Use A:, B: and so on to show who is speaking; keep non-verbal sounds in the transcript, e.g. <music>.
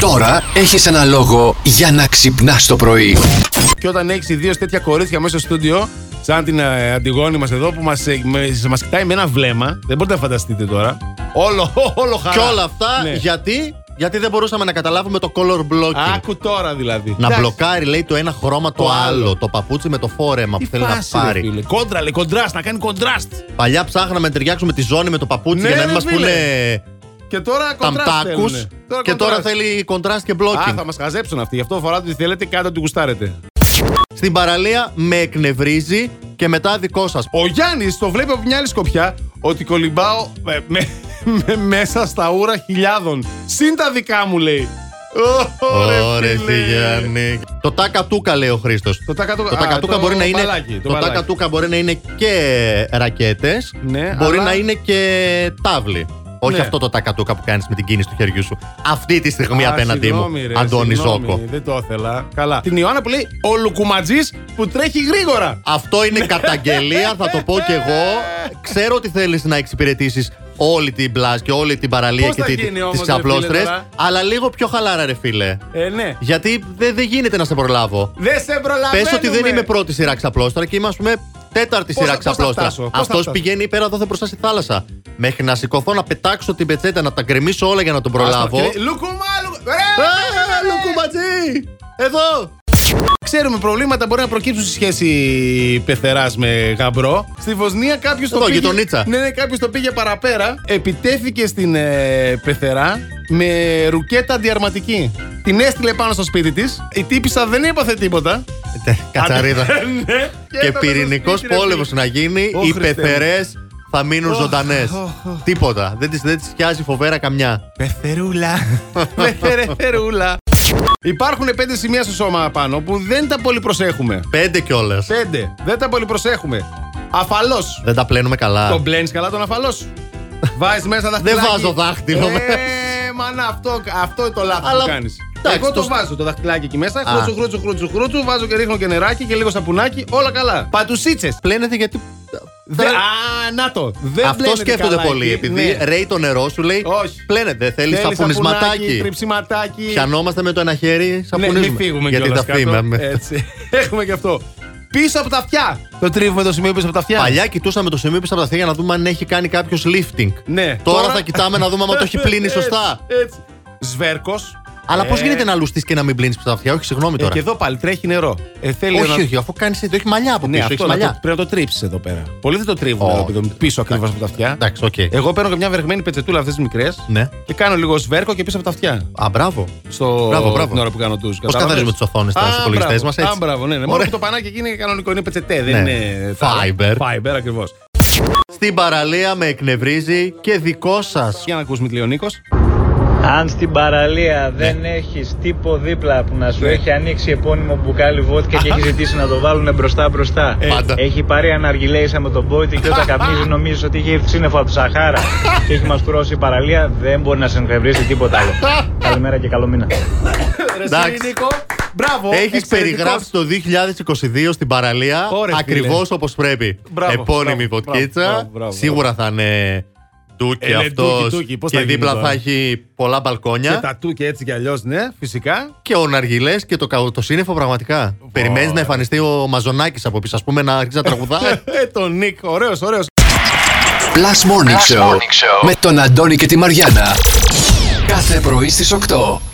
A: Τώρα έχεις ένα λόγο για να ξυπνάς το πρωί.
B: Και όταν έχεις ιδίω τέτοια κορίτσια μέσα στο στούντιο, σαν την ε, Αντιγόνη μας εδώ που μας μας κοιτάει με ένα βλέμμα, δεν μπορείτε να φανταστείτε τώρα. Όλο, <laughs> όλο χαρά.
C: Και όλα αυτά
B: Ναι.
C: γιατί, γιατί δεν μπορούσαμε να καταλάβουμε το color blocking.
B: Άκου τώρα δηλαδή.
C: να
B: Εντάξει,
C: μπλοκάρει, λέει, το ένα χρώμα το,
B: Το άλλο.
C: άλλο. Το παπούτσι με το φόρεμα
B: τι
C: που θέλει να
B: φάση, ρε,
C: πάρει.
B: φίλε. Κόντρα, λέει, κοντράστ, να κάνει κοντράστ.
C: Παλιά ψάχναμε να ταιριάξουμε τη ζώνη με το παπούτσι
B: Ναι,
C: για να
B: ρε,
C: μην μα
B: φίλε.
C: πούνε
B: Και τώρα κοντράστ.
C: ταμτάκου.
B: θέλουνε.
C: Και τώρα
B: κοντράστ.
C: θέλει contrast και
B: Α,
C: blocking.
B: θα μας χαζέψουν αυτοί. Γι' αυτό φοράτε ό,τι θέλετε, κάντε ό,τι γουστάρετε.
C: Στην παραλία με εκνευρίζει και μετά δικό σας.
B: Ο Γιάννης το βλέπει από μια άλλη σκοπιά ότι κολυμπάω ε, με, με- μέσα στα ούρα χιλιάδων. Συν τα δικά μου λέει.
C: Ωρε,
B: Ωρε,
C: τι
B: φίλε.
C: Γιάννη. Το τάκα τούκα λέει ο Χρήστος.
B: Το τακατούκα,
C: Το
B: α,
C: τακατούκα
B: το
C: μπορεί να είναι.
B: μπαλάκι, το
C: το
B: μπαλάκι.
C: τακατούκα μπορεί να είναι και ρακέτες.
B: Ναι,
C: μπορεί
B: αλλά-
C: να είναι και τάβλη. Όχι
B: Ναι.
C: αυτό το τακατούκα που κάνεις με την κίνηση του χεριού σου. Αυτή τη στιγμή
B: Α,
C: απέναντί
B: συγγνώμη,
C: μου,
B: ρε,
C: Αντώνη
B: συγγνώμη,
C: Ζόκο.
B: Δεν το ήθελα. Καλά. Την Ιωάννα που λέει ο Λουκουματζή που τρέχει γρήγορα.
C: Αυτό είναι καταγγελία, θα το πω κι
B: <laughs>
C: εγώ. Ξέρω ότι θέλεις να εξυπηρετήσεις όλη την μπλα και όλη την παραλία
B: Πώς
C: και
B: θα
C: τι-
B: γίνει
C: τις
B: όμως, ρε,
C: ξαπλώστρες,
B: φίλε, τώρα?
C: αλλά λίγο πιο χαλάρα, ρε φίλε.
B: Ε, ναι.
C: Γιατί δεν δεν γίνεται να σε προλάβω.
B: Δεν σε προλαβαίνουμε.
C: Πες ότι δεν είμαι πρώτη σειρά ξαπλώστρα και είμαι, ας πούμε, τέταρτη
B: Πώς
C: σειρά
B: θα- πώς θα
C: ξαπλώστρα.
B: φτάσω, πώς θα
C: Αυτός
B: φτάσω.
C: πηγαίνει υπέρα εδώ θα μπροστά στη θάλασσα. Μέχρι να σηκωθώ, να πετάξω την πετσέτα, να τα γκρεμίσω όλα για να τον προλάβω.
B: Άστα, κύριε. Λουκουμά, λουκου- ρε,
C: Α,
B: ρε, ρε.
C: Λουκουματζή! Εδώ!
B: Ξέρουμε προβλήματα μπορεί να προκύψουν στη σχέση πεθεράς με γαμπρό. Στη Βοσνία κάποιος το
C: Εδώ,
B: πήγε.
C: γειτονίτσα.
B: Ναι, ναι, κάποιος το πήγε παραπέρα. Επιτέθηκε στην ε, πεθερά με ρουκέτα αντιαρματική. Την έστειλε πάνω στο σπίτι της. Η τύπησα δεν έπαθε τίποτα.
C: Τε, Κατσαρίδα.
B: <laughs> ναι,
C: Και
B: έπεσε στο
C: πυρηνικό
B: σπίτι, ρε,
C: πόλεμος να γίνει,
B: Ω,
C: οι
B: Χριστέ μου.
C: πεθερές θα μείνουν
B: Ω,
C: ζωντανές.
B: ω, ω.
C: Τίποτα. Δεν τη δεν τις πιάζει φοβέρα καμιά.
B: Πεθερούλα. Πεθερούλα. Υπάρχουν πέντε σημεία στο σώμα πάνω που δεν τα πολύ προσέχουμε.
C: Πέντε κιόλας.
B: Πέντε. Δεν τα πολύ προσέχουμε. Αφαλός.
C: Δεν τα πλένουμε καλά.
B: Τον μπλένεις καλά τον αφαλός
C: <laughs>
B: σου. Βάζεις μέσα
C: Δεν
B: δαχτυλάκι.
C: βάζω δάχτυλο
B: Ε,
C: μέσα.
B: μάνα, αυτό, αυτό το λάθος
C: Αλλά,
B: που κάνεις.
C: εντάξει,
B: Εγώ το,
C: το-
B: βάζω το δαχτυλάκι εκεί μέσα.
C: Α.
B: Χρούτσου, χρούτσου, χρούτσου, χρούτσου. Βάζω και ρίχνω και νεράκι και λίγο σαπουνάκι. Όλα καλά. Πατουσίτσες.
C: Πλένεται γιατί.
B: Δε... Α, να το. Δεν
C: Αυτό
B: πλένεται
C: σκέφτονται
B: καλά
C: πολύ.
B: εκεί.
C: Επειδή
B: Ναι.
C: ρέει το νερό σου, λέει.
B: Όχι.
C: Πλένεται. Θέλεις
B: Θέλεις σαπουνάκι,
C: σαπουνισματάκι.
B: Κρυψιματάκι.
C: Πιανόμαστε με το ένα χέρι,
B: Ναι,
C: σαπουνίζουμε.
B: μην φύγουμε
C: Γιατί
B: κιόλας
C: τα φύγαμε.
B: κάτω. Ε, Έτσι. <laughs> Έχουμε και αυτό. Πίσω από τα αυτιά. Το τρίβουμε το σημείο πίσω από τα αυτιά.
C: <laughs> Παλιά κοιτούσαμε το σημείο πίσω από τα αυτιά για να δούμε αν έχει κάνει κάποιος lifting.
B: Ναι.
C: Τώρα, θα κοιτάμε να δούμε αν το
B: <laughs>
C: έχει πλύνει σωστά.
B: Έτσι. έτσι. Σβέρκος.
C: Αλλά πώς
B: Ε.
C: γίνεται να λουστείς και να μην πλύνεις πίσω από τα αυτιά, όχι, συγγνώμη
B: Ε,
C: τώρα.
B: και εδώ πάλι τρέχει νερό. Ε, θέλει
C: όχι,
B: να...
C: όχι, αφού κάνεις έτσι, έχει μαλλιά από
B: Ναι,
C: πίσω.
B: αυτό
C: Έχει
B: να το,
C: μαλλιά.
B: πρέπει να το τρίψεις εδώ πέρα. Πολλοί δεν το τρίβουν
C: Όχι.
B: εδώ πέρα, πίσω ακριβώς από τα αυτιά.
C: Εντάξει, οκ.
B: Εγώ παίρνω και μια βεργμένη πετσετούλα αυτές τις μικρές
C: Ναι.
B: και κάνω λίγο σβέρκο και πίσω από τα αυτιά.
C: Α, μπράβο.
B: Στο...
C: Μπράβο, μπράβο.
B: Την ώρα που κάνω τους.
C: Πώς καθαρίζουμε τι οθόνε
B: Α,
C: στους υπολογιστές
B: μπράβο.
C: μας,
B: Α,
C: έτσι.
B: μπράβο, ναι. ναι. Μόνο
C: Ωραία.
B: που το πανάκι εκεί είναι κανονικό, είναι πετσετέ, δεν
C: Ναι.
B: είναι. τα-
C: Fiber.
B: Fiber, ακριβώς.
C: Στην παραλία με εκνευρίζει και δικό σας.
B: Για να ακούσουμε τη Λεωνίκος.
D: Αν στην παραλία δεν έχεις τύπο δίπλα που να σου
B: Ναι.
D: έχει ανοίξει επώνυμο μπουκάλι βότκα και έχει ζητήσει να το βάλουν μπροστά μπροστά.
B: Ε,
C: Πάντα.
D: Έχει πάρει αναργυλέησα με τον πόητη και όταν καπνίζει νομίζεις ότι έχει έρθει σύννεφο από τη Σαχάρα και έχει μαστρώσει η παραλία, δεν μπορεί να σε εγχευρίσει τίποτα άλλο. Καλημέρα και καλό μήνα.
C: Εντάξει.
B: Λεωνίκο. Μπράβο.
C: Έχεις
B: εξαιρετικός.
C: περιγράψει το 2022 στην παραλία
B: Ωραία, φίλε.
C: ακριβώς όπως πρέπει.
B: Μπράβο,
C: Επώνυμη
B: μπράβο, μπράβο,
C: βοτκίτσα.
B: μπράβο,
C: Σίγουρα θα είναι ντούκι
B: Ε, ναι,
C: αυτό.
B: ντούκι, ντούκι, πώς
C: Και
B: θα γίνει
C: δίπλα
B: τώρα.
C: θα έχει πολλά
B: Και
C: μπαλκόνια.
B: τα του και έτσι κι αλλιώς, ναι, φυσικά.
C: Και ο Ναργιλές και το, κα- το σύννεφο πραγματικά. Περιμένεις να εμφανιστεί ο Μαζονάκης από πίσω, ας πούμε, να αρχίσει να
B: <laughs>
C: τραγουδάει.
B: Ε, τον Νίκ, ωραίος, ωραίος.
A: Plus Morning, Show, με τον Αντώνη και τη Μαριάνα. Κάθε πρωί στις 8.